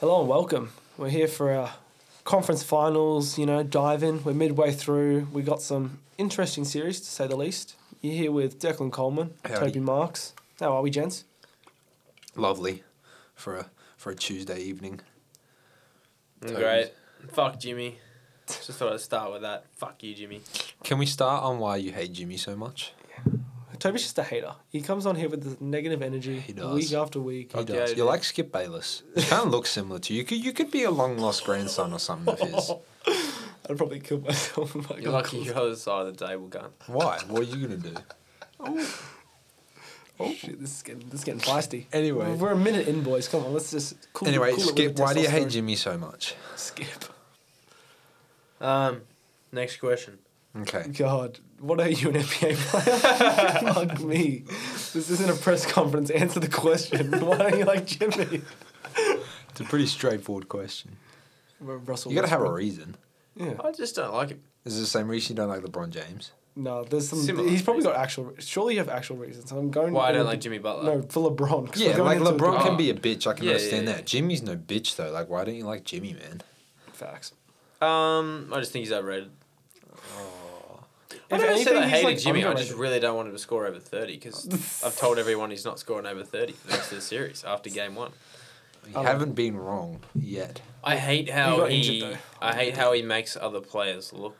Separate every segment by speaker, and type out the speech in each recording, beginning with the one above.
Speaker 1: Hello and welcome. We're here for our conference finals, you know, dive in. We're midway through. We got some interesting series, to say the least. You're here with Declan Coleman,
Speaker 2: Howdy.
Speaker 1: Toby Marks. How are we, gents?
Speaker 2: Lovely for a for a Tuesday evening. Toes.
Speaker 3: Great. Fuck Jimmy. Just thought I'd start with that. Fuck you, Jimmy.
Speaker 2: Can we start on why you hate Jimmy so much?
Speaker 1: Toby's just a hater. He comes on here with the negative energy
Speaker 2: He does. Uh,
Speaker 1: week after week.
Speaker 2: He
Speaker 3: Okay,
Speaker 2: does.
Speaker 3: I
Speaker 2: You're
Speaker 3: do.
Speaker 2: like Skip Bayless. You kind of look similar to you. Could you could be a long lost grandson or something of his.
Speaker 1: I'd probably kill myself. Oh if I
Speaker 3: You're
Speaker 1: got
Speaker 3: lucky
Speaker 1: caught.
Speaker 3: you're on the side of the table gun.
Speaker 2: Why? What are you gonna do?
Speaker 1: Oh, Shit, this is getting, this is getting feisty.
Speaker 2: Anyway.
Speaker 1: We're a minute in, boys. Come on, let's just cool
Speaker 2: Anyway,
Speaker 1: cool it with
Speaker 2: Skip.
Speaker 1: the
Speaker 2: Why do you hate
Speaker 1: testosterone.
Speaker 2: Jimmy so much?
Speaker 1: Skip.
Speaker 3: Um, next question.
Speaker 2: Okay.
Speaker 1: God, what are you, an NBA player? Fuck me. This isn't a press conference. Answer the question. Why don't you like Jimmy?
Speaker 2: It's a pretty straightforward question.
Speaker 1: Ru- Russell.
Speaker 2: You gotta have a
Speaker 1: Westbrook.
Speaker 2: reason.
Speaker 1: Yeah.
Speaker 3: I just don't like it.
Speaker 2: Is it the same reason you don't like LeBron James?
Speaker 1: No, there's some.
Speaker 3: Similar
Speaker 1: he's probably got actual. re- Surely you have actual reasons. I'm going.
Speaker 3: Why I
Speaker 1: to-
Speaker 3: don't like Jimmy Butler.
Speaker 1: No, for LeBron. 'cause we're
Speaker 2: Yeah, like
Speaker 1: going into
Speaker 2: LeBron
Speaker 1: a-
Speaker 2: can be a bitch. I can
Speaker 3: Yeah, yeah,
Speaker 2: understand
Speaker 3: yeah.
Speaker 2: that. Jimmy's no bitch though. Like, why don't you like Jimmy, man?
Speaker 1: Facts.
Speaker 3: Um, I just think he's overrated. I
Speaker 1: If
Speaker 3: don't even say
Speaker 1: anything,
Speaker 3: I
Speaker 1: he's,
Speaker 3: hated
Speaker 1: like,
Speaker 3: Jimmy. I
Speaker 1: underrated.
Speaker 3: just really don't want him to score over thirty because I've told everyone he's not scoring over thirty for the rest of the series after game one.
Speaker 2: You
Speaker 1: I like
Speaker 2: haven't been wrong yet.
Speaker 3: I hate
Speaker 1: He
Speaker 3: how
Speaker 1: got
Speaker 3: he.
Speaker 1: injured, though.
Speaker 3: I hate how he makes other players look,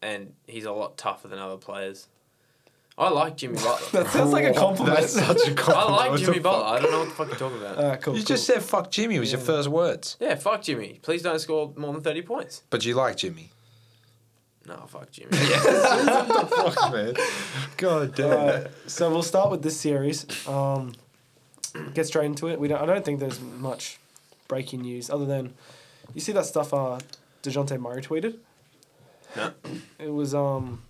Speaker 3: and he's a lot tougher than other players. I like Jimmy Butler.
Speaker 1: That sounds like a compliment.
Speaker 2: That's such a
Speaker 3: I
Speaker 2: compliment.
Speaker 3: like
Speaker 2: What the
Speaker 3: Jimmy
Speaker 2: fuck? Uh.
Speaker 3: Butler. I don't know what the fuck you're talking about.
Speaker 1: Alright, cool.
Speaker 2: You
Speaker 1: cool.
Speaker 2: just said fuck Jimmy was your
Speaker 1: Yeah.
Speaker 2: first words.
Speaker 3: Yeah, fuck Jimmy. Please don't score more than 30 points.
Speaker 2: But you like Jimmy.
Speaker 3: No, fuck Jimmy.
Speaker 2: what the fuck, man? God damn.
Speaker 1: Alright, so we'll start with this series. Um, get straight into it. We don't. I don't think there's much breaking news other than you see that stuff. Uh, Dejounte Murray tweeted.
Speaker 3: No.
Speaker 1: It was um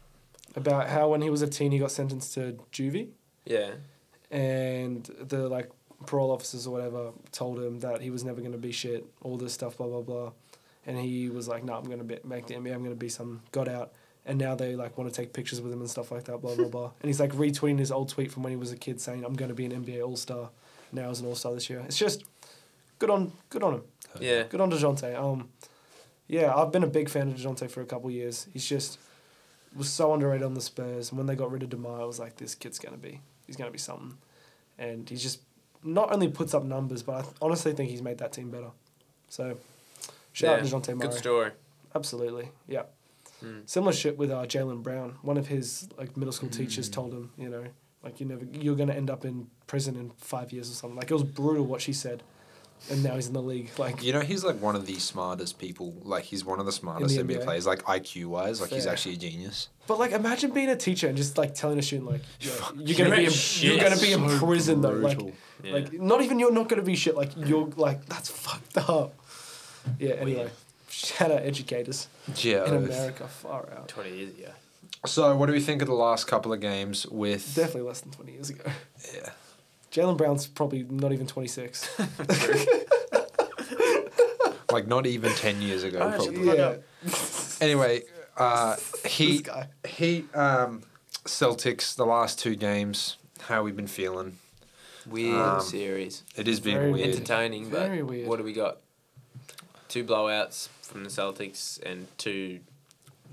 Speaker 1: about how when he was a teen he got sentenced to juvie
Speaker 3: yeah.
Speaker 1: and the like parole officers or whatever told him that he was never going to be shit. All this stuff, blah blah blah, and he was like, "No, I'm going to be make the NBA. I'm going to be some." Got out. And now they like want to take pictures with him and stuff like that, blah blah blah. And he's like retweeting his old tweet from when he was a kid, saying, "I'm going to be an NBA All Star." Now as an All Star this year, it's just good on good on him.
Speaker 3: Yeah.
Speaker 1: Good on Dejounte. Um, yeah, I've been a big fan of Dejounte for a couple years. He's just was so underrated on the Spurs, and when they got rid of Demar, I was like, this kid's gonna be, he's gonna be something, and he just not only puts up numbers, but I th- honestly think he's made that team better. So, shout
Speaker 3: yeah.
Speaker 1: out Dejounte Murray.
Speaker 3: Good story.
Speaker 1: Absolutely, yeah.
Speaker 3: Mm.
Speaker 1: Similar shit with uh, Jalen Brown. One of his like middle school
Speaker 3: Hmm.
Speaker 1: teachers told him, you know, like you never, you're gonna end up in prison in five years or something. Like it was brutal what she said, and now he's in the league. Like
Speaker 2: You know, he's like one of the smartest people. Like, he's one of the smartest NBA,
Speaker 1: NBA?
Speaker 2: players, like IQ wise. Like, he's
Speaker 1: Fair.
Speaker 2: actually a genius.
Speaker 1: But like, imagine being a teacher and just like telling a student like, yeah, you're
Speaker 3: you,
Speaker 1: gonna be
Speaker 3: mate.
Speaker 1: in, you're gonna be in
Speaker 2: So
Speaker 1: prison though. Like,
Speaker 2: brutal.
Speaker 3: Yeah.
Speaker 1: like not even you're not gonna be shit. Like you're like that's fucked up. Yeah. Anyway, shout out educators
Speaker 2: Yeah.
Speaker 1: in America. Far out.
Speaker 3: 20 years ago.
Speaker 2: So, what do we think of the last couple of games with.
Speaker 1: Definitely less than twenty years ago.
Speaker 2: Yeah.
Speaker 1: Jalen Brown's probably not even twenty six.
Speaker 2: Like, not even 10 years ago,
Speaker 3: Oh, shut the
Speaker 2: probably.
Speaker 3: fuck
Speaker 1: yeah.
Speaker 3: up.
Speaker 2: Anyway, uh,
Speaker 1: This
Speaker 2: he.
Speaker 1: guy.
Speaker 2: Heat, um, Celtics, the last two games, how we been feeling.
Speaker 3: Weird
Speaker 2: Um,
Speaker 3: series.
Speaker 2: It has been
Speaker 1: Very
Speaker 2: weird.
Speaker 3: Entertaining, but
Speaker 1: Very weird.
Speaker 3: what do we got? Two blowouts from the Celtics and two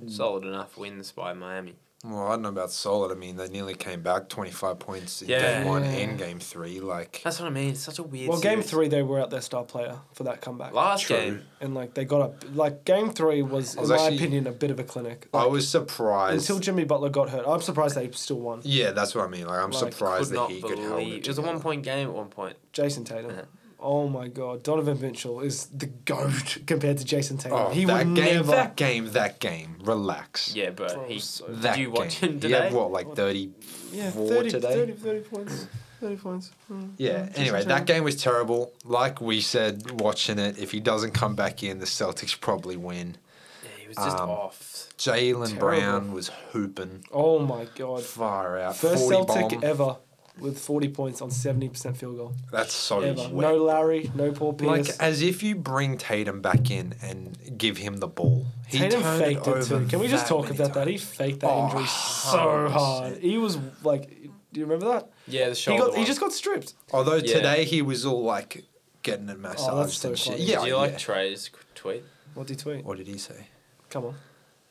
Speaker 3: solid enough wins by Miami.
Speaker 2: Well, I don't know about solid. I mean, they nearly came back 25 points in
Speaker 3: Yeah.
Speaker 2: game one
Speaker 1: Yeah.
Speaker 2: and game three. Like,
Speaker 3: That's what I mean. It's such a weird
Speaker 1: Well, game
Speaker 3: series.
Speaker 1: three they were out their star player for that comeback,
Speaker 3: Last
Speaker 2: True.
Speaker 3: game.
Speaker 1: and like they got up. Like game three was,
Speaker 2: I was
Speaker 1: in
Speaker 2: actually-
Speaker 1: my opinion, a bit of a clinic.
Speaker 2: I
Speaker 1: Like,
Speaker 2: was surprised.
Speaker 1: until Jimmy Butler got hurt, I'm surprised they still won.
Speaker 2: yeah, that's what I mean. Like, I'm
Speaker 1: Like,
Speaker 2: surprised
Speaker 3: Could
Speaker 2: that
Speaker 3: not
Speaker 2: he could hold
Speaker 3: believe.
Speaker 2: it.
Speaker 3: It was a
Speaker 2: together.
Speaker 3: one point game at one point.
Speaker 1: Jason Tatum.
Speaker 2: Uh-huh.
Speaker 3: Yeah.
Speaker 1: Oh my God, Donovan Mitchell is the goat compared to Jason Tatum.
Speaker 2: Oh,
Speaker 1: he
Speaker 2: that
Speaker 1: would
Speaker 2: game,
Speaker 1: never.
Speaker 2: that game, that game. Relax.
Speaker 3: Yeah, but
Speaker 1: Bro,
Speaker 3: he.
Speaker 1: so-
Speaker 2: that
Speaker 3: did you watch
Speaker 2: game.
Speaker 3: him
Speaker 2: He had,
Speaker 3: today?
Speaker 2: what, like 30?
Speaker 1: yeah,
Speaker 2: four
Speaker 1: 30,
Speaker 2: today.
Speaker 1: 30, 30 points. Thirty points. Mm,
Speaker 2: Yeah.
Speaker 1: Jason
Speaker 2: Anyway,
Speaker 1: Tatum.
Speaker 2: that game was terrible. Like we said, watching it, if he doesn't come back in, the Celtics probably win.
Speaker 3: Yeah, he was just
Speaker 2: Um,
Speaker 3: off.
Speaker 2: Jalen
Speaker 1: Terrible.
Speaker 2: Brown was hooping
Speaker 1: Oh my God.
Speaker 2: far out.
Speaker 1: First
Speaker 2: 40
Speaker 1: Celtic
Speaker 2: bomb.
Speaker 1: ever with forty poins on seventy percent field goal.
Speaker 2: That's so
Speaker 1: ever.
Speaker 2: wet.
Speaker 1: No Larry. No Paul
Speaker 2: Like
Speaker 1: Pierce.
Speaker 2: as if you bring Tatum back in and give him the ball. He
Speaker 1: Tatum
Speaker 2: turned
Speaker 1: faked it
Speaker 2: over
Speaker 1: too. Can we just
Speaker 2: that
Speaker 1: talk
Speaker 2: many
Speaker 1: about that? He
Speaker 2: times.
Speaker 1: faked that
Speaker 2: Oh,
Speaker 1: injury so
Speaker 2: 100%.
Speaker 1: hard. He was like, do you remember that?
Speaker 3: Yeah, the
Speaker 1: He
Speaker 3: shoulder.
Speaker 1: got. He just got stripped.
Speaker 2: Although
Speaker 3: Yeah.
Speaker 2: today he was all like getting it massaged
Speaker 1: Oh, so
Speaker 2: and shit.
Speaker 1: funny.
Speaker 2: Yeah,
Speaker 3: Do you
Speaker 2: yeah.
Speaker 3: like Trey's tweet?
Speaker 1: What did he tweet?
Speaker 2: What did he say?
Speaker 1: Come on.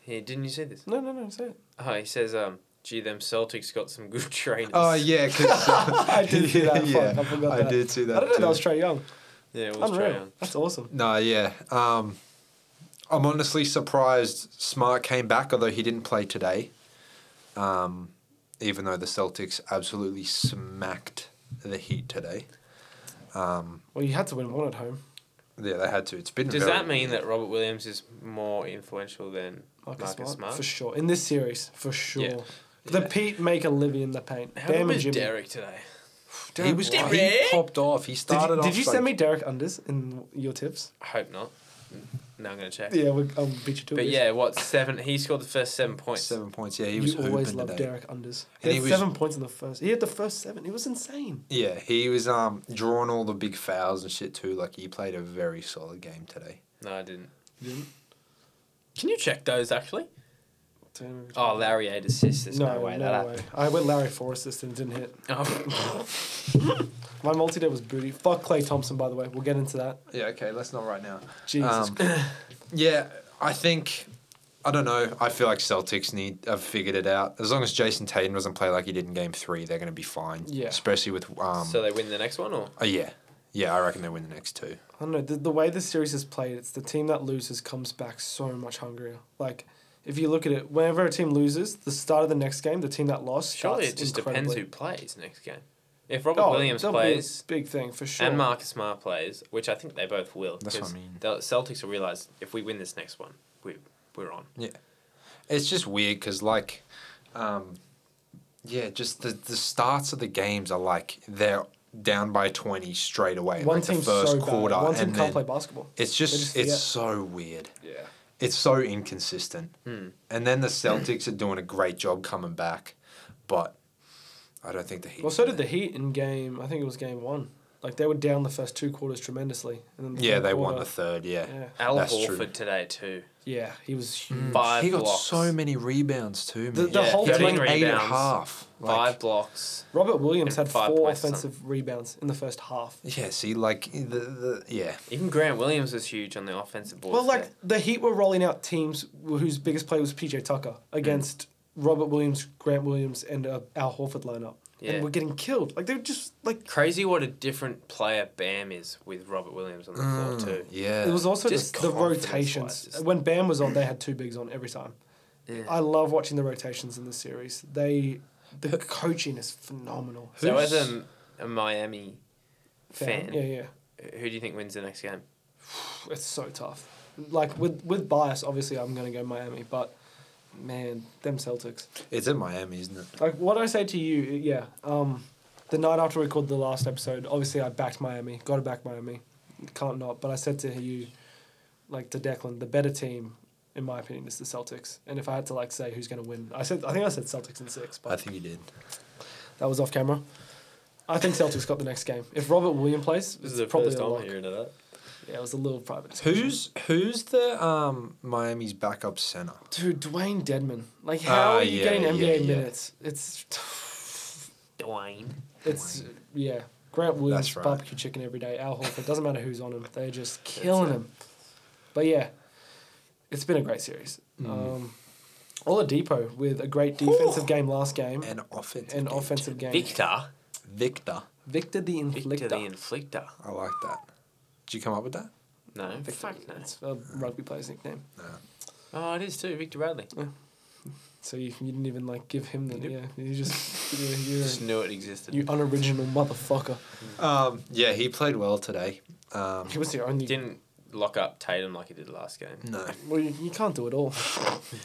Speaker 3: Yeah, didn't you see this?
Speaker 1: No, no, no, say it.
Speaker 3: Oh, he says, um, gee, them Celtics got some good trainers.
Speaker 2: Oh yeah, 'cause, uh,
Speaker 1: I did see that. Fuck, I forgot
Speaker 2: I
Speaker 1: that.
Speaker 2: did see
Speaker 1: I
Speaker 2: that.
Speaker 1: don't know.
Speaker 2: too.
Speaker 1: That was Trey Young.
Speaker 3: Yeah, it was
Speaker 1: Unreal.
Speaker 3: Trae Young.
Speaker 1: That's awesome.
Speaker 2: No, yeah. Um, I'm honestly surprised Smart came back, although he didn't play today. Um, even though the Celtics absolutely smacked the Heat today. Um,
Speaker 1: Well, you had to win one at home.
Speaker 2: yeah, they had to. It's been.
Speaker 3: Does
Speaker 2: very-
Speaker 3: that mean that Robert Williams is more influential than
Speaker 1: Marcus,
Speaker 3: Marcus
Speaker 1: Smart,
Speaker 3: Smart?
Speaker 1: for sure. In this series, for sure.
Speaker 3: Yeah.
Speaker 1: The
Speaker 2: Yeah.
Speaker 1: Pete make a living in the paint.
Speaker 3: How
Speaker 1: Bam
Speaker 3: good
Speaker 1: and
Speaker 3: was
Speaker 1: Jimmy.
Speaker 3: Derek today?
Speaker 2: He was.
Speaker 3: Derek?
Speaker 2: He popped off. He
Speaker 1: Did
Speaker 2: started.
Speaker 1: you, did
Speaker 2: off
Speaker 1: you
Speaker 2: so-
Speaker 1: send me Derek unders in your tips?
Speaker 3: I hope not. No, I'm going to check.
Speaker 1: Yeah, we, I'll beat you to it.
Speaker 3: But yeah, what seven? He scored the first seven points.
Speaker 2: seven points? Yeah, he was.
Speaker 1: you always
Speaker 2: hooping
Speaker 1: love
Speaker 2: today.
Speaker 1: Derek unders. He
Speaker 2: And
Speaker 1: had
Speaker 2: he was-
Speaker 1: seven points in the first. He had the first seven. It was insane.
Speaker 2: Yeah, he was um drawing all the big fouls and shit too. Like he played a very solid game today.
Speaker 3: No, I didn't.
Speaker 1: You didn't?
Speaker 3: Can you check those actually?
Speaker 1: Don't even-
Speaker 3: Oh, Larry eight assists. There's no, way that happened.
Speaker 1: I went Larry four assists and didn't hit.
Speaker 3: Oh,
Speaker 1: My multi day was booty. Fuck Clay Thompson, by the way. We'll get into that.
Speaker 2: Yeah, okay, let's not right now.
Speaker 1: Jesus.
Speaker 2: Um, yeah, I think I don't know. I feel like Celtics need have figured it out. As long as Jason Tatum doesn't play like he did in Game Three, they're going to be fine.
Speaker 1: Yeah.
Speaker 2: especially with um.
Speaker 3: so they win the next one, or
Speaker 2: oh, yeah, yeah. I reckon they win the next two.
Speaker 1: I don't know. The, the way this series is played, it's the team that loses comes back so much hungrier. Like, if you look at it, whenever a team loses, the start of the next game, the team that lost
Speaker 3: surely
Speaker 1: starts
Speaker 3: it just
Speaker 1: incredibly. Oh,
Speaker 3: depends who plays next game. If Robert Williams
Speaker 1: that'll be a
Speaker 3: plays
Speaker 1: big thing for sure.
Speaker 3: and Marcus Smart plays, which I think they both will,
Speaker 2: That's what I
Speaker 3: 'cause
Speaker 2: mean.
Speaker 3: the Celtics will realize if we win this next one, we we're on.
Speaker 2: It's just weird because like, um, yeah, just the the starts of the games are like they're down by twenty straight away,
Speaker 1: One
Speaker 2: like the
Speaker 1: team's
Speaker 2: first
Speaker 1: so
Speaker 2: quarter,
Speaker 1: bad. One team
Speaker 2: and
Speaker 1: can't
Speaker 2: then
Speaker 1: play basketball.
Speaker 2: it's
Speaker 1: just
Speaker 2: just
Speaker 1: forget.
Speaker 2: it's so weird.
Speaker 3: Yeah.
Speaker 2: it's so inconsistent.
Speaker 3: Hmm.
Speaker 2: And then the Celtics are doing a great job coming back, but I don't think the Heat.
Speaker 1: Well, so did the Heat in game. I think it was game one. Like they were down the first two quarters tremendously, and then the
Speaker 2: Yeah,
Speaker 1: third
Speaker 2: they won the
Speaker 1: quarter-
Speaker 2: third. Yeah,
Speaker 1: yeah,
Speaker 3: Al
Speaker 2: That's
Speaker 3: Horford
Speaker 2: true.
Speaker 3: today too.
Speaker 1: yeah, he was huge.
Speaker 3: Five
Speaker 2: he got
Speaker 3: blocks.
Speaker 2: so many rebounds too. Man.
Speaker 1: The- the
Speaker 3: yeah,
Speaker 1: whole
Speaker 2: He had,
Speaker 3: 15
Speaker 1: team-
Speaker 2: like eight and a
Speaker 3: rebounds,
Speaker 2: half.
Speaker 3: five
Speaker 2: Like,
Speaker 3: blocks.
Speaker 1: Robert Williams
Speaker 3: And
Speaker 1: had
Speaker 3: five
Speaker 1: four
Speaker 3: points, son.
Speaker 1: offensive rebounds in the first half.
Speaker 2: yeah, see, like the, the yeah,
Speaker 3: Even Grant Williams was huge on the offensive board.
Speaker 1: Well, like the Heat were rolling out teams whose biggest play was PJ Tucker against Robert Williams, Grant Williams, and uh, Al Horford lineup,
Speaker 3: Yeah.
Speaker 1: and we're getting killed. Like they were just like
Speaker 3: Crazy what a different player Bam is with Robert Williams on the floor
Speaker 1: Mm.
Speaker 3: too.
Speaker 2: Mm. yeah.
Speaker 1: It was also
Speaker 3: Just
Speaker 1: just the
Speaker 3: confidence-wise,
Speaker 1: rotations.
Speaker 3: just-
Speaker 1: When Bam was on, they had two bigs on every time.
Speaker 3: Yeah.
Speaker 1: I love watching the rotations in this series. They, the coaching is phenomenal.
Speaker 3: So
Speaker 2: Who's-
Speaker 3: as a, a Miami fan,
Speaker 1: Yeah, yeah.
Speaker 3: who do you think wins the next game?
Speaker 1: It's so tough. Like with with bias, obviously I'm gonna go Miami, but man, them Celtics.
Speaker 2: It's in Miami, isn't it?
Speaker 1: Like what I say to you, yeah. Um, the night after we recorded the last episode, obviously I backed Miami, got to back Miami, can't not. But I said to you, like to Declan, the better team, in my opinion, is the Celtics. And if I had to like say who's going to win, I said I think I said Celtics in six, but
Speaker 2: I think you did.
Speaker 1: that was off camera. I think Celtics got the next game. If Robert Williams plays, it's probably a lock.
Speaker 3: hearing of that.
Speaker 1: Yeah, it was a little private.
Speaker 2: Who's who's the um Miami's backup center?
Speaker 1: dude? Dwayne Dedman. Like, how
Speaker 2: Ah,
Speaker 1: are you
Speaker 2: yeah,
Speaker 1: getting
Speaker 2: yeah,
Speaker 1: NBA
Speaker 2: yeah.
Speaker 1: minutes? It's
Speaker 3: Dwayne.
Speaker 1: It's yeah. Grant Williams
Speaker 2: That's right.
Speaker 1: barbecue chicken every day. Al Horford doesn't matter who's on him; they're just killing him. But yeah, it's been a great series. Um, Oladipo with a great defensive game last game
Speaker 2: And offensive.
Speaker 1: and
Speaker 2: game.
Speaker 1: offensive game.
Speaker 3: Victor.
Speaker 2: Victor.
Speaker 1: Victor the
Speaker 3: Victor
Speaker 1: Inflictor.
Speaker 3: the inflictor.
Speaker 2: I like that. Did you come up with that?
Speaker 3: No,
Speaker 1: Victor-
Speaker 3: fuck no.
Speaker 1: It's a rugby player's nickname.
Speaker 3: Oh, it is too. Victor Bradley.
Speaker 1: So you, you didn't even like give him the yeah. You just you're, you're
Speaker 3: Just knew it existed.
Speaker 1: you unoriginal motherfucker.
Speaker 2: Um, yeah, he played well today. Um,
Speaker 1: He was the only.
Speaker 3: didn't lock up Tatum like he did last game.
Speaker 2: no,
Speaker 1: Well, you, you can't do it all,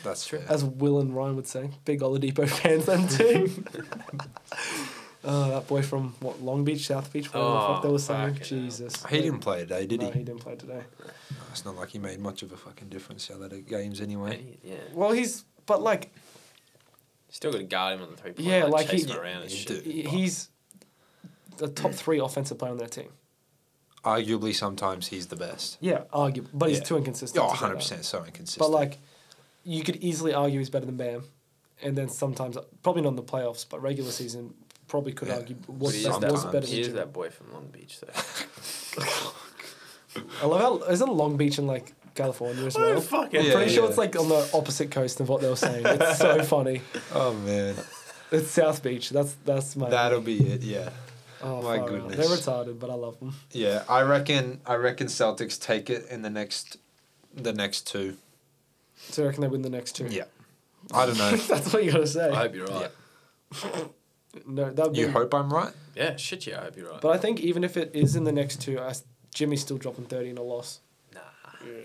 Speaker 2: that's true.
Speaker 1: as Will and Ryan would say. Big Oladipo fans, them too. Oh, that boy from what Long Beach, South Beach, whatever the fuck
Speaker 3: Oh,
Speaker 1: they were saying.
Speaker 3: fucking hell.
Speaker 1: Jesus,
Speaker 2: He didn't play today, did
Speaker 1: no,
Speaker 2: he?
Speaker 1: he didn't play today.
Speaker 2: It's not like he made much of a fucking difference the other day- games anyway.
Speaker 3: Yeah.
Speaker 1: Well, he's but like
Speaker 3: Still got to guard him on the three point.
Speaker 1: Yeah,
Speaker 3: line,
Speaker 1: like
Speaker 3: chase
Speaker 1: he-
Speaker 3: him around and
Speaker 2: Yeah, dude.
Speaker 3: shit.
Speaker 1: he- he's the top three offensive player on their team.
Speaker 2: Arguably, sometimes he's the best.
Speaker 1: Yeah, argue, but he's
Speaker 2: Yeah.
Speaker 1: too inconsistent.
Speaker 2: Oh,
Speaker 1: to do that.
Speaker 2: 100 percent so inconsistent.
Speaker 1: But like, you could easily argue he's better than Bam, and then sometimes probably not in the playoffs, but regular season probably could
Speaker 2: Yeah.
Speaker 1: argue
Speaker 3: But
Speaker 1: was,
Speaker 3: he
Speaker 2: that-
Speaker 3: is
Speaker 1: best,
Speaker 3: that,
Speaker 1: was
Speaker 2: one.
Speaker 1: better
Speaker 3: he
Speaker 1: than
Speaker 3: is
Speaker 1: Jimmy.
Speaker 3: that boy from Long Beach though.
Speaker 1: I love how isn't Long Beach in like California as
Speaker 3: I
Speaker 1: well?
Speaker 3: don't fucking
Speaker 1: I'm
Speaker 2: Yeah,
Speaker 1: pretty sure
Speaker 2: yeah.
Speaker 1: it's like on the opposite coast of what they were saying. It's so funny.
Speaker 2: Oh man,
Speaker 1: It's South Beach. That's that's my.
Speaker 2: that'll be it. Yeah,
Speaker 1: Oh far
Speaker 2: my
Speaker 1: out.
Speaker 2: goodness.
Speaker 1: They're retarded, but I love them.
Speaker 2: yeah. I reckon. I reckon Celtics take it in the next, the next two.
Speaker 1: So I reckon they win the next two.
Speaker 2: Yeah. I don't know.
Speaker 1: that's what you gotta say.
Speaker 3: I hope you're right.
Speaker 1: no, that would be.
Speaker 2: you hope I'm right.
Speaker 3: Yeah. shit, yeah, I hope you're right.
Speaker 1: But I think even if it is in the next two, I s Jimmy's still dropping thirty in a loss.
Speaker 3: nah.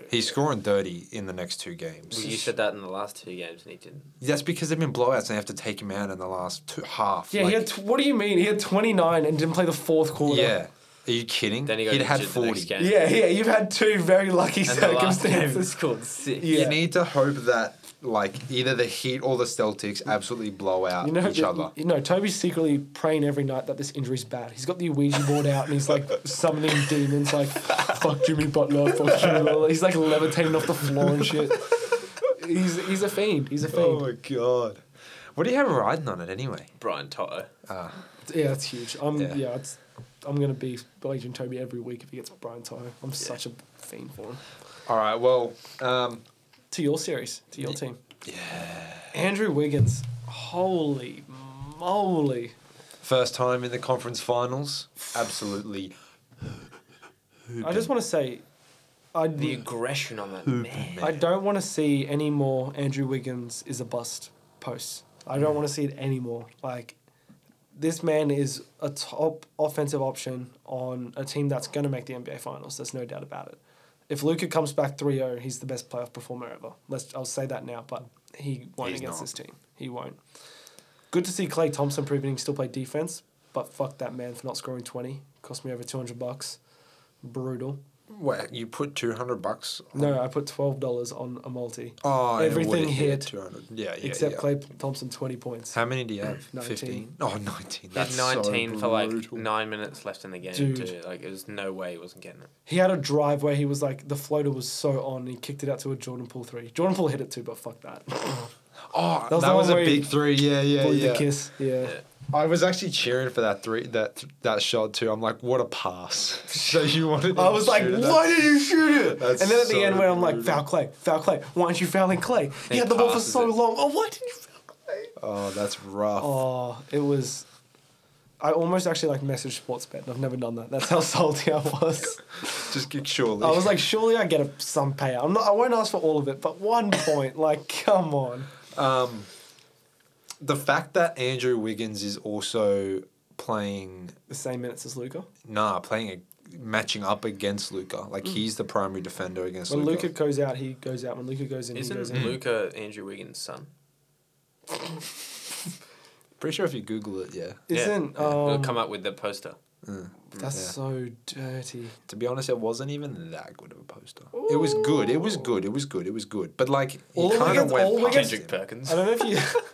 Speaker 2: He's scoring thirty in the next two games.
Speaker 3: Well, you said that in the last two games and he didn't.
Speaker 2: That's because they've been blowouts and they have to take him out in the last two half.
Speaker 1: Yeah,
Speaker 2: like-
Speaker 1: he had. T- what do you mean? He had twenty nine and didn't play the fourth quarter.
Speaker 2: yeah. Are you kidding?
Speaker 3: Then he got
Speaker 2: He'd had
Speaker 3: injured the next
Speaker 2: forty.
Speaker 3: game.
Speaker 1: Yeah, yeah. You've had two very lucky
Speaker 3: And the last game
Speaker 1: circumstances.
Speaker 3: scored six.
Speaker 1: Yeah.
Speaker 2: You need to hope that like either the Heat or the Celtics absolutely blow out
Speaker 1: You know,
Speaker 2: uh, each
Speaker 1: you,
Speaker 2: other.
Speaker 1: you know, Toby's secretly praying every night that this injury's bad. He's got the Ouija board out and he's like summoning demons, like fuck Jimmy Butler, fuck Jimmy Butler. He's like levitating off the floor and shit. He's he's a fiend. He's a fiend.
Speaker 2: Oh my god. What do you have riding on it anyway?
Speaker 3: Brian Toto.
Speaker 1: Yeah, that's huge. I'm
Speaker 2: Yeah.
Speaker 1: yeah, it's, I'm gonna be believing Toby every week if he gets Brian Tyler. I'm such a fiend for him.
Speaker 2: All right. Well, um,
Speaker 1: To your series, to your team. Yeah. Andrew Wiggins, holy moly!
Speaker 2: first time in the conference finals. Absolutely.
Speaker 1: I just want to say, I
Speaker 3: The aggression on that man.
Speaker 1: I don't want to see any more Andrew Wiggins is a bust posts. I don't want to see it anymore. Like, this man is a top offensive option on a team that's going to make the NBA Finals. There's no doubt about it. If Luca comes back 3 0, he's the best playoff performer ever. Let's, I'll say that now, but he won't
Speaker 2: He's
Speaker 1: against
Speaker 2: not.
Speaker 1: this team. He won't. Good to see Clay Thompson proving he can still play defense, but fuck that man for not scoring 20. Cost me over 200 bucks. Brutal.
Speaker 2: Wait, you put two hundred bucks.
Speaker 1: No, I put $12 on a multi.
Speaker 2: Oh, and it
Speaker 1: Everything
Speaker 2: would've
Speaker 1: hit.
Speaker 2: Two hundred. Yeah, yeah.
Speaker 1: except
Speaker 2: yeah.
Speaker 1: Clay Thompson, 20 points.
Speaker 2: How many do you have?
Speaker 1: 19.
Speaker 2: 15? Oh, 19.
Speaker 3: He
Speaker 2: That's
Speaker 3: had 19
Speaker 2: so
Speaker 3: for like
Speaker 2: brutal.
Speaker 3: nine minutes left in the game,
Speaker 1: Dude.
Speaker 3: too. Like, it was no way he wasn't getting it.
Speaker 1: He had a drive where he was like, the floater was so on, and he kicked it out to a Jordan Poole three. Jordan Poole hit it too, but fuck that.
Speaker 2: Oh,
Speaker 1: That was
Speaker 2: that
Speaker 1: the
Speaker 2: was
Speaker 1: one
Speaker 2: a
Speaker 1: where he
Speaker 2: big three. Yeah, yeah,
Speaker 1: Blew the
Speaker 2: yeah.
Speaker 1: kiss. Yeah.
Speaker 3: Yeah.
Speaker 2: I was actually cheering for that three, that that shot too. I'm like, what a pass! so you wanted?
Speaker 1: I was like, why did you shoot it?
Speaker 2: That's
Speaker 1: and then at
Speaker 2: so
Speaker 1: the end, where I'm like,
Speaker 2: brutal.
Speaker 1: foul Clay, foul Clay. Why aren't you fouling Clay? He
Speaker 3: He
Speaker 1: had the ball for
Speaker 3: passes
Speaker 1: so
Speaker 3: it.
Speaker 1: long. Oh, why did you foul Clay?
Speaker 2: Oh, that's rough.
Speaker 1: Oh, it was. I almost actually like messaged Sportsbet. I've never done that. That's how salty I was.
Speaker 2: Just get surely.
Speaker 1: I was like, surely I get a, some payout. I'm not, I won't ask for all of it, but one point. Like, come on.
Speaker 2: um, the fact that Andrew Wiggins is also playing,
Speaker 1: The same minutes as Luca.
Speaker 2: nah, playing a, matching up against Luca. Like
Speaker 1: Mm.
Speaker 2: he's the primary defender against
Speaker 1: When Luca
Speaker 2: Luca.
Speaker 1: goes out, he goes out. When Luca goes in, he goes
Speaker 3: Isn't
Speaker 1: in.
Speaker 3: Luca Andrew Wiggins' son?
Speaker 2: Pretty sure if you Google it, yeah.
Speaker 1: Isn't
Speaker 3: Yeah. It'll
Speaker 1: um,
Speaker 3: come up with the poster.
Speaker 1: that's
Speaker 2: yeah.
Speaker 1: so dirty.
Speaker 2: To be honest, it wasn't even that good of a poster. It was good. It was good. It was good. It was good. But like,
Speaker 1: All
Speaker 2: he kind
Speaker 1: Wiggins-
Speaker 2: of went.
Speaker 1: all
Speaker 2: past
Speaker 1: Wiggins-
Speaker 2: him.
Speaker 3: Kendrick Perkins.
Speaker 1: I don't know if you.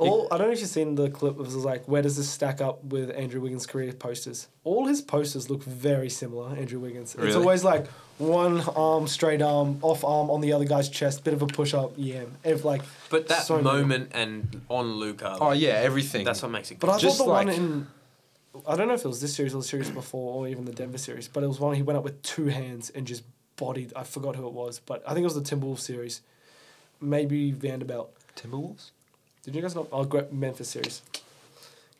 Speaker 1: All, I don't know if you've seen the clip of like where does this stack up with Andrew Wiggins' career posters. All his posters look very similar. Andrew Wiggins. It's
Speaker 2: Really?
Speaker 1: always like one arm, straight arm, off arm on the other guy's chest, bit of a push up. Yeah, if like.
Speaker 3: But that
Speaker 1: so many.
Speaker 3: moment and on Luca,
Speaker 2: Oh yeah, everything.
Speaker 3: that's what makes it.
Speaker 1: But I
Speaker 3: good.
Speaker 2: Just
Speaker 1: thought the one
Speaker 2: like-
Speaker 1: in. I don't know if it was this series or the series before or even the Denver series, but it was one he went up with two hands and just bodied. I forgot who it was, but I think it was the Timberwolves series. Maybe Vanderbilt.
Speaker 2: Timberwolves.
Speaker 1: Did you guys not? Oh, Gre- Memphis series.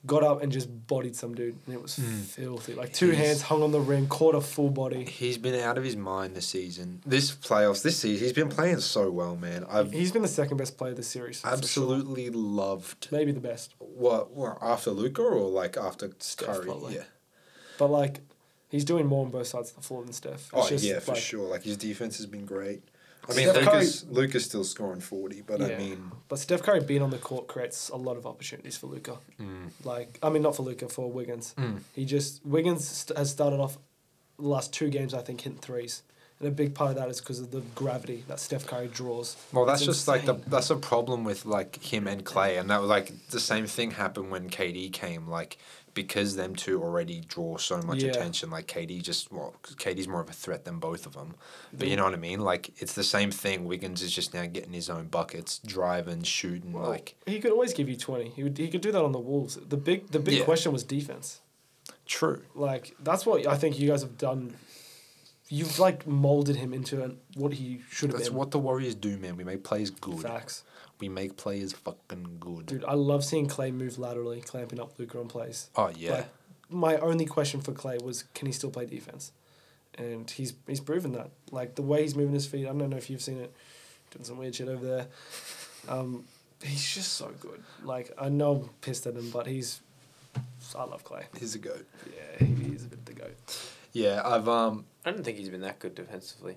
Speaker 1: Got up and just bodied some dude, and it was filthy. Like two
Speaker 2: Hmm. He's-
Speaker 1: hands hung on the rim, caught a full body.
Speaker 2: He's been out of his mind this season. This playoffs, this season, he's been playing so well, man. I've
Speaker 1: He's been the second best player this series. for sure.
Speaker 2: absolutely loved
Speaker 1: Maybe the best,
Speaker 2: what, what after Luca or like after
Speaker 1: Steph,
Speaker 2: Curry.
Speaker 1: probably.
Speaker 2: Yeah.
Speaker 1: but like, he's doing more on both sides of the floor than Steph. It's
Speaker 2: Oh
Speaker 1: just,
Speaker 2: yeah, for
Speaker 1: like,
Speaker 2: sure. Like his defense has been great. I
Speaker 1: Steph
Speaker 2: mean,
Speaker 1: Curry-
Speaker 2: Luca's Luca's still scoring forty, but I
Speaker 1: Yeah.
Speaker 2: mean,
Speaker 1: But Steph Curry being on the court creates a lot of opportunities for Luca.
Speaker 2: Mm.
Speaker 1: Like, I mean, not for Luca, for Wiggins. He just Wiggins st- has started off the last two games, I think, hitting threes, and a big part of that is because of the gravity that Steph Curry draws.
Speaker 2: well, that's
Speaker 1: It's
Speaker 2: just like the
Speaker 1: insane.
Speaker 2: that's a problem with like him and Clay, and that was like the same thing happened when KD came, like. Because them two already draw so much
Speaker 1: Yeah.
Speaker 2: attention, like KD just well, 'cause KD's more of a threat than both of them. But
Speaker 1: The-
Speaker 2: you know what I mean? Like it's the same thing. Wiggins is just now getting his own buckets, driving, shooting.
Speaker 1: Well,
Speaker 2: like
Speaker 1: he could always give you twenty. He would, he could do that on the Wolves. The big the big
Speaker 2: Yeah.
Speaker 1: question was defense.
Speaker 2: true.
Speaker 1: Like that's what I think you guys have done you've like molded him into an, what he should have
Speaker 2: That's
Speaker 1: been.
Speaker 2: what the Warriors do, man. We make plays good.
Speaker 1: Facts,
Speaker 2: We make plays fucking good.
Speaker 1: dude. I love seeing Clay move laterally, clamping up Luca on plays.
Speaker 2: oh yeah.
Speaker 1: Like, my only question for Clay was, can he still play defense? And he's he's proven that. Like the way he's moving his feet, I don't know if you've seen it, doing some weird shit over there. Um, he's just so good. Like I know I'm pissed at him, but he's, I love Clay.
Speaker 2: He's a goat.
Speaker 1: Yeah, he is a bit the goat.
Speaker 2: Yeah, I've um
Speaker 3: I don't think he's been that good defensively.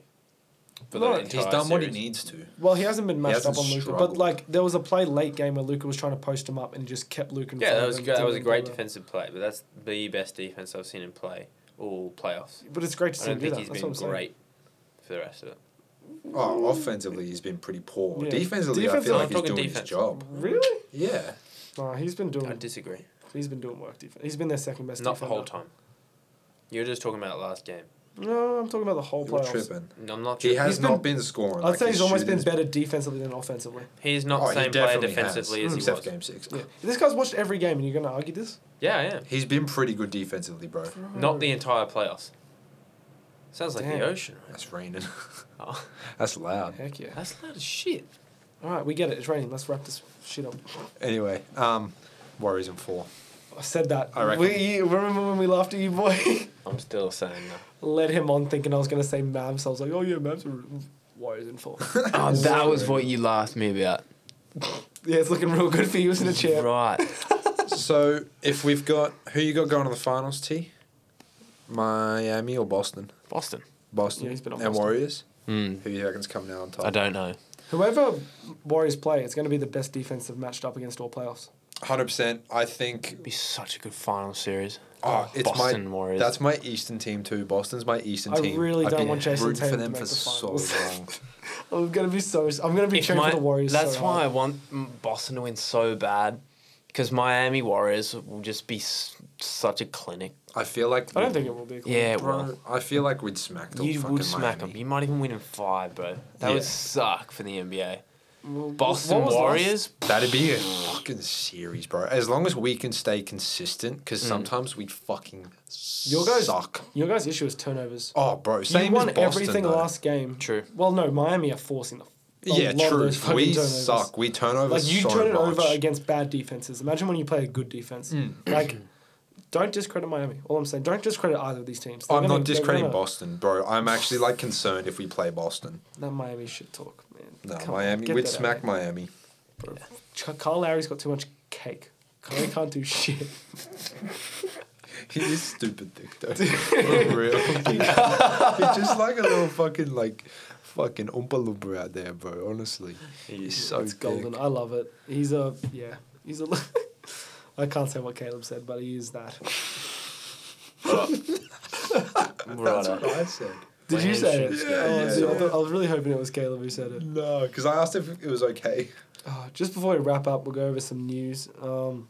Speaker 1: No,
Speaker 3: that
Speaker 2: he's
Speaker 3: entire
Speaker 2: done what he
Speaker 3: series.
Speaker 2: needs to.
Speaker 1: Well, he hasn't been matched
Speaker 2: hasn't
Speaker 1: up on Luca, but
Speaker 2: struggled.
Speaker 1: like there was a play late game where Luca was trying to post him up and he just kept Luca.
Speaker 3: Yeah, that was good. that was a great defensive play, but that's the best defense I've seen him play all playoffs.
Speaker 1: But it's great to
Speaker 3: I
Speaker 1: see him
Speaker 3: don't
Speaker 1: do
Speaker 3: think
Speaker 1: that. That's
Speaker 3: he's been
Speaker 1: what I'm saying.
Speaker 3: great for the rest of it.
Speaker 2: Oh, offensively he's been pretty poor.
Speaker 1: Yeah.
Speaker 2: Defensively, I
Speaker 1: Defensive-
Speaker 2: feel
Speaker 3: I'm
Speaker 2: like he's
Speaker 3: talking
Speaker 2: doing his
Speaker 3: defense.
Speaker 2: job.
Speaker 1: Really?
Speaker 2: Yeah.
Speaker 1: No, he's been
Speaker 3: I
Speaker 1: doing.
Speaker 3: disagree.
Speaker 1: He's been doing work defense. He's been their second best.
Speaker 3: Not the
Speaker 1: defender.
Speaker 3: whole time. You were just talking about last game.
Speaker 1: No, I'm talking about the whole
Speaker 2: You're
Speaker 1: playoffs.
Speaker 2: tripping.
Speaker 3: No, I'm not.
Speaker 2: He
Speaker 3: Sure.
Speaker 2: has
Speaker 1: He's
Speaker 2: not been, scoring.
Speaker 1: I'd
Speaker 2: like,
Speaker 1: say he's
Speaker 2: his
Speaker 1: almost been
Speaker 2: shooting's-
Speaker 1: better defensively than offensively.
Speaker 3: He's not
Speaker 2: Oh,
Speaker 3: the
Speaker 2: he
Speaker 3: same player
Speaker 2: definitely has. Mm,
Speaker 3: defensively as he
Speaker 2: Except
Speaker 3: was.
Speaker 2: game six.
Speaker 1: Yeah. This guy's watched every game, and you're going to argue this?
Speaker 3: Yeah, yeah.
Speaker 2: He's been pretty good defensively, bro.
Speaker 3: Not the entire playoffs. Sounds like
Speaker 1: Damn.
Speaker 3: the ocean.
Speaker 2: That's raining.
Speaker 3: Oh,
Speaker 2: That's loud.
Speaker 1: Heck yeah.
Speaker 3: that's loud as shit.
Speaker 1: All right, we get it. It's raining. Let's wrap this shit up.
Speaker 2: Anyway, um, Warriors in four.
Speaker 1: I said that.
Speaker 2: I reckon.
Speaker 1: We remember when we laughed at you, boy.
Speaker 3: I'm still saying that.
Speaker 1: Led him on thinking I was going to say Mavs. I was like, oh yeah, Mavs are Warriors in four.
Speaker 3: Oh, that was what you laughed me about.
Speaker 1: yeah, it's looking real good for you, isn't it, champ?
Speaker 3: Right.
Speaker 2: so if we've got who you got going to the finals, T? Miami or Boston?
Speaker 3: Boston.
Speaker 2: Boston
Speaker 1: Yeah, he's been on
Speaker 2: and
Speaker 1: Boston.
Speaker 2: Warriors.
Speaker 3: Mm,
Speaker 2: Who you reckon's coming out on top?
Speaker 3: I don't know.
Speaker 1: Whoever Warriors play, it's going to be the best defense they've matched up against all playoffs.
Speaker 2: Hundred percent. I think.
Speaker 3: It'd be such a good final series.
Speaker 2: Oh, it's
Speaker 3: Boston
Speaker 2: my.
Speaker 3: Warriors.
Speaker 2: That's my Eastern team too. Boston's my Eastern
Speaker 1: I
Speaker 2: team.
Speaker 1: really
Speaker 2: I've
Speaker 1: don't
Speaker 2: been
Speaker 1: want Jason
Speaker 2: rooting for
Speaker 1: Tatum to
Speaker 2: them
Speaker 1: make
Speaker 2: for
Speaker 1: the
Speaker 2: so
Speaker 1: finals.
Speaker 2: long.
Speaker 1: I'm going to be so. I'm going to be
Speaker 3: If
Speaker 1: cheering
Speaker 3: my-
Speaker 1: for the Warriors.
Speaker 3: That's
Speaker 1: so
Speaker 3: why I
Speaker 1: hard.
Speaker 3: want m- Boston to win so bad, because Miami Warriors will just be s- such a clinic.
Speaker 2: I feel like.
Speaker 1: I don't
Speaker 2: we-
Speaker 1: think it will be. Clean.
Speaker 3: Yeah, it will.
Speaker 2: Bro, I feel like we'd smack all
Speaker 3: You
Speaker 2: fucking
Speaker 3: would smack
Speaker 2: Miami.
Speaker 3: them. You might even win in five, bro. That
Speaker 2: Yeah.
Speaker 3: would suck for the NBA.
Speaker 1: Well,
Speaker 3: Boston
Speaker 1: what was last-
Speaker 3: Warriors.
Speaker 2: That'd be a fucking series, bro. As long as we can stay consistent, because
Speaker 3: Mm.
Speaker 2: sometimes we fucking
Speaker 1: Your guys-
Speaker 2: suck.
Speaker 1: Your guys' issue is turnovers.
Speaker 2: Oh, bro,
Speaker 1: you
Speaker 2: same
Speaker 1: won
Speaker 2: as Boston,
Speaker 1: everything
Speaker 2: though.
Speaker 1: last game.
Speaker 3: True.
Speaker 1: Well, no, Miami are forcing the. a
Speaker 2: Yeah,
Speaker 1: lot of
Speaker 2: true.
Speaker 1: those fucking
Speaker 2: We
Speaker 1: turnovers.
Speaker 2: suck. We turn over
Speaker 1: Like you
Speaker 2: so
Speaker 1: turn it
Speaker 2: much. Mm.
Speaker 1: over against bad defenses. Imagine when you play a good defense. Like, don't discredit Miami. All I'm saying, don't discrediting either of these teams. They're
Speaker 2: I'm
Speaker 1: gonna-
Speaker 2: not
Speaker 1: they're
Speaker 2: discrediting
Speaker 1: gonna-
Speaker 2: Boston, bro. I'm actually like concerned if we play Boston.
Speaker 1: That Miami shit talk, man.
Speaker 2: No,
Speaker 1: Come on,
Speaker 2: Miami.
Speaker 1: get
Speaker 2: We'd
Speaker 1: that out
Speaker 2: smack
Speaker 1: of
Speaker 2: Miami.
Speaker 1: here. Ch- Kyle Lowry's got too much cake. Kyle can't do shit.
Speaker 2: He is stupid dick though. For real. He- He's just like a little fucking like fucking oompa loompa out there, bro. Honestly, he's so
Speaker 1: it's
Speaker 2: dick.
Speaker 1: golden. I love it. He's a yeah. He's a. I can't say what Caleb said, but he is that.
Speaker 2: That's
Speaker 3: Righto.
Speaker 2: what I said.
Speaker 1: Did
Speaker 3: My
Speaker 1: you
Speaker 3: hand
Speaker 1: say it?
Speaker 3: shakes.
Speaker 2: Yeah,
Speaker 1: Oh,
Speaker 2: yeah,
Speaker 1: dude, I,
Speaker 2: yeah.
Speaker 1: thought- I was really hoping it was Caleb who said it.
Speaker 2: No, because I asked if it was okay.
Speaker 1: Oh, just before we wrap up, we'll go over some news. Um,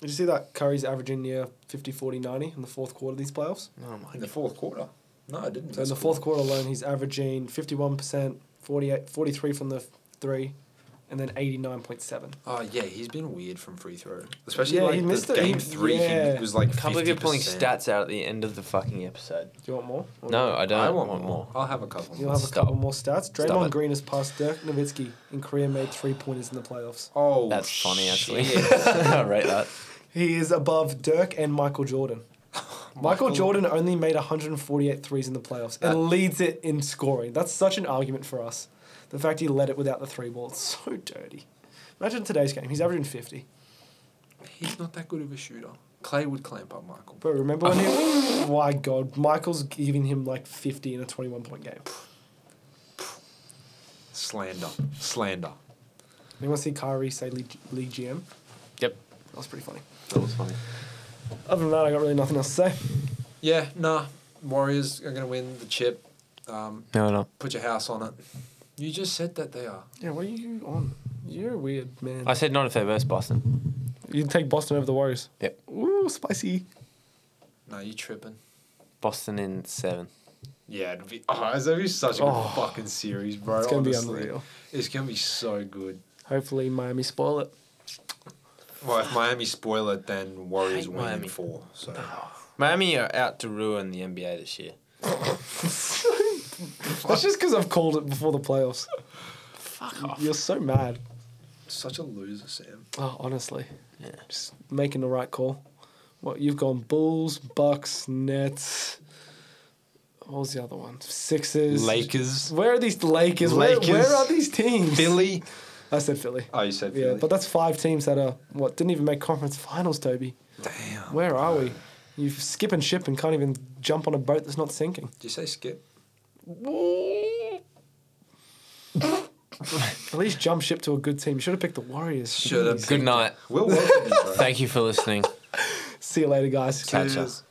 Speaker 1: did you see that Curry's averaging near 50, 40, 90 in the fourth quarter of these playoffs?
Speaker 3: Oh my
Speaker 2: In
Speaker 3: god.
Speaker 2: the fourth quarter. No, I didn't.
Speaker 1: So in the fourth quarter alone, he's averaging 51%, 48, 43 from the three, and then 89.7.
Speaker 2: Oh yeah, he's been weird from free throw, especially
Speaker 1: Yeah,
Speaker 2: like
Speaker 1: he
Speaker 2: the
Speaker 1: missed it.
Speaker 2: game
Speaker 1: He-
Speaker 2: three.
Speaker 1: yeah.
Speaker 2: He was like.
Speaker 3: I can't believe you're pulling
Speaker 2: 50%.
Speaker 3: stats out at the end of the fucking episode.
Speaker 1: Do you want more? Or
Speaker 3: No, I don't
Speaker 2: I
Speaker 3: want,
Speaker 2: want,
Speaker 3: more.
Speaker 2: I'll have a couple.
Speaker 1: You'll have a
Speaker 3: Stop.
Speaker 1: couple more stats.
Speaker 3: Stop
Speaker 1: Draymond
Speaker 3: it.
Speaker 1: Green has passed Dirk Nowitzki in career made three pointers in the playoffs.
Speaker 2: oh,
Speaker 3: That's funny, actually.
Speaker 2: shit.
Speaker 3: I rate that.
Speaker 1: He is above Dirk and Michael Jordan. Michael,
Speaker 2: Michael-
Speaker 1: Jordan only made 148 threes in the playoffs and
Speaker 2: That-
Speaker 1: leads it in scoring. That's such an argument for us. The fact he led it without the three ball, it's so dirty. Imagine today's game. He's averaging 50.
Speaker 2: he's not that good of a shooter. Clay would clamp up Michael.
Speaker 1: But remember when he. my God, Michael's giving him like 50 in a 21 point game.
Speaker 2: Slander, slander.
Speaker 1: Anyone see Kyrie say Lee, Lee GM?
Speaker 3: Yep.
Speaker 1: That was pretty funny.
Speaker 3: That was funny.
Speaker 1: Other than that, I got really nothing else to say.
Speaker 2: Yeah, nah. Warriors are gonna win the chip. Um,
Speaker 3: No, no.
Speaker 2: put your house on it. You just said that they are.
Speaker 1: Yeah, what are you on? You're a weird man.
Speaker 3: I said not if they verse Boston.
Speaker 1: You'd take Boston over the Warriors.
Speaker 3: Yep.
Speaker 1: Ooh, spicy.
Speaker 2: No, you tripping.
Speaker 3: Boston in seven.
Speaker 2: Yeah, it'd be. Oh, it's gonna be such a good
Speaker 1: Oh.
Speaker 2: fucking series, bro.
Speaker 1: It's going to be
Speaker 2: honestly.
Speaker 1: unreal.
Speaker 2: It's gonna be so good.
Speaker 1: Hopefully, Miami spoil it.
Speaker 2: Well, if Miami spoil it, then Warriors
Speaker 3: hate
Speaker 2: win in
Speaker 3: Miami.
Speaker 2: four. So
Speaker 3: Miami are out to ruin the NBA this year.
Speaker 1: That's just because I've called it before the playoffs.
Speaker 3: Fuck off.
Speaker 1: You're so mad.
Speaker 2: Such a loser, Sam.
Speaker 1: Oh, honestly.
Speaker 3: Yeah.
Speaker 1: Just making the right call. What you've gone Bulls, Bucks, Nets. What was the other one? Sixers.
Speaker 2: Lakers.
Speaker 1: Where are these Lakers? Where- Where,
Speaker 2: Lakers.
Speaker 1: are these teams?
Speaker 2: Philly.
Speaker 1: I said Philly.
Speaker 2: Oh, you said
Speaker 1: Yeah,
Speaker 2: Philly.
Speaker 1: but that's five teams that are what didn't even make conference finals, Toby.
Speaker 2: Damn.
Speaker 1: Where are we? You skip and ship and can't even jump on a boat that's not sinking.
Speaker 2: Did you say skip?
Speaker 1: At least jump ship to a good team. You should have picked the Warriors.
Speaker 2: Should have
Speaker 1: Jeez.
Speaker 3: Good night.
Speaker 2: We'll welcome you, bro.
Speaker 3: Thank you for listening.
Speaker 1: See you later, guys.
Speaker 3: Catch
Speaker 2: Cheers.
Speaker 3: us.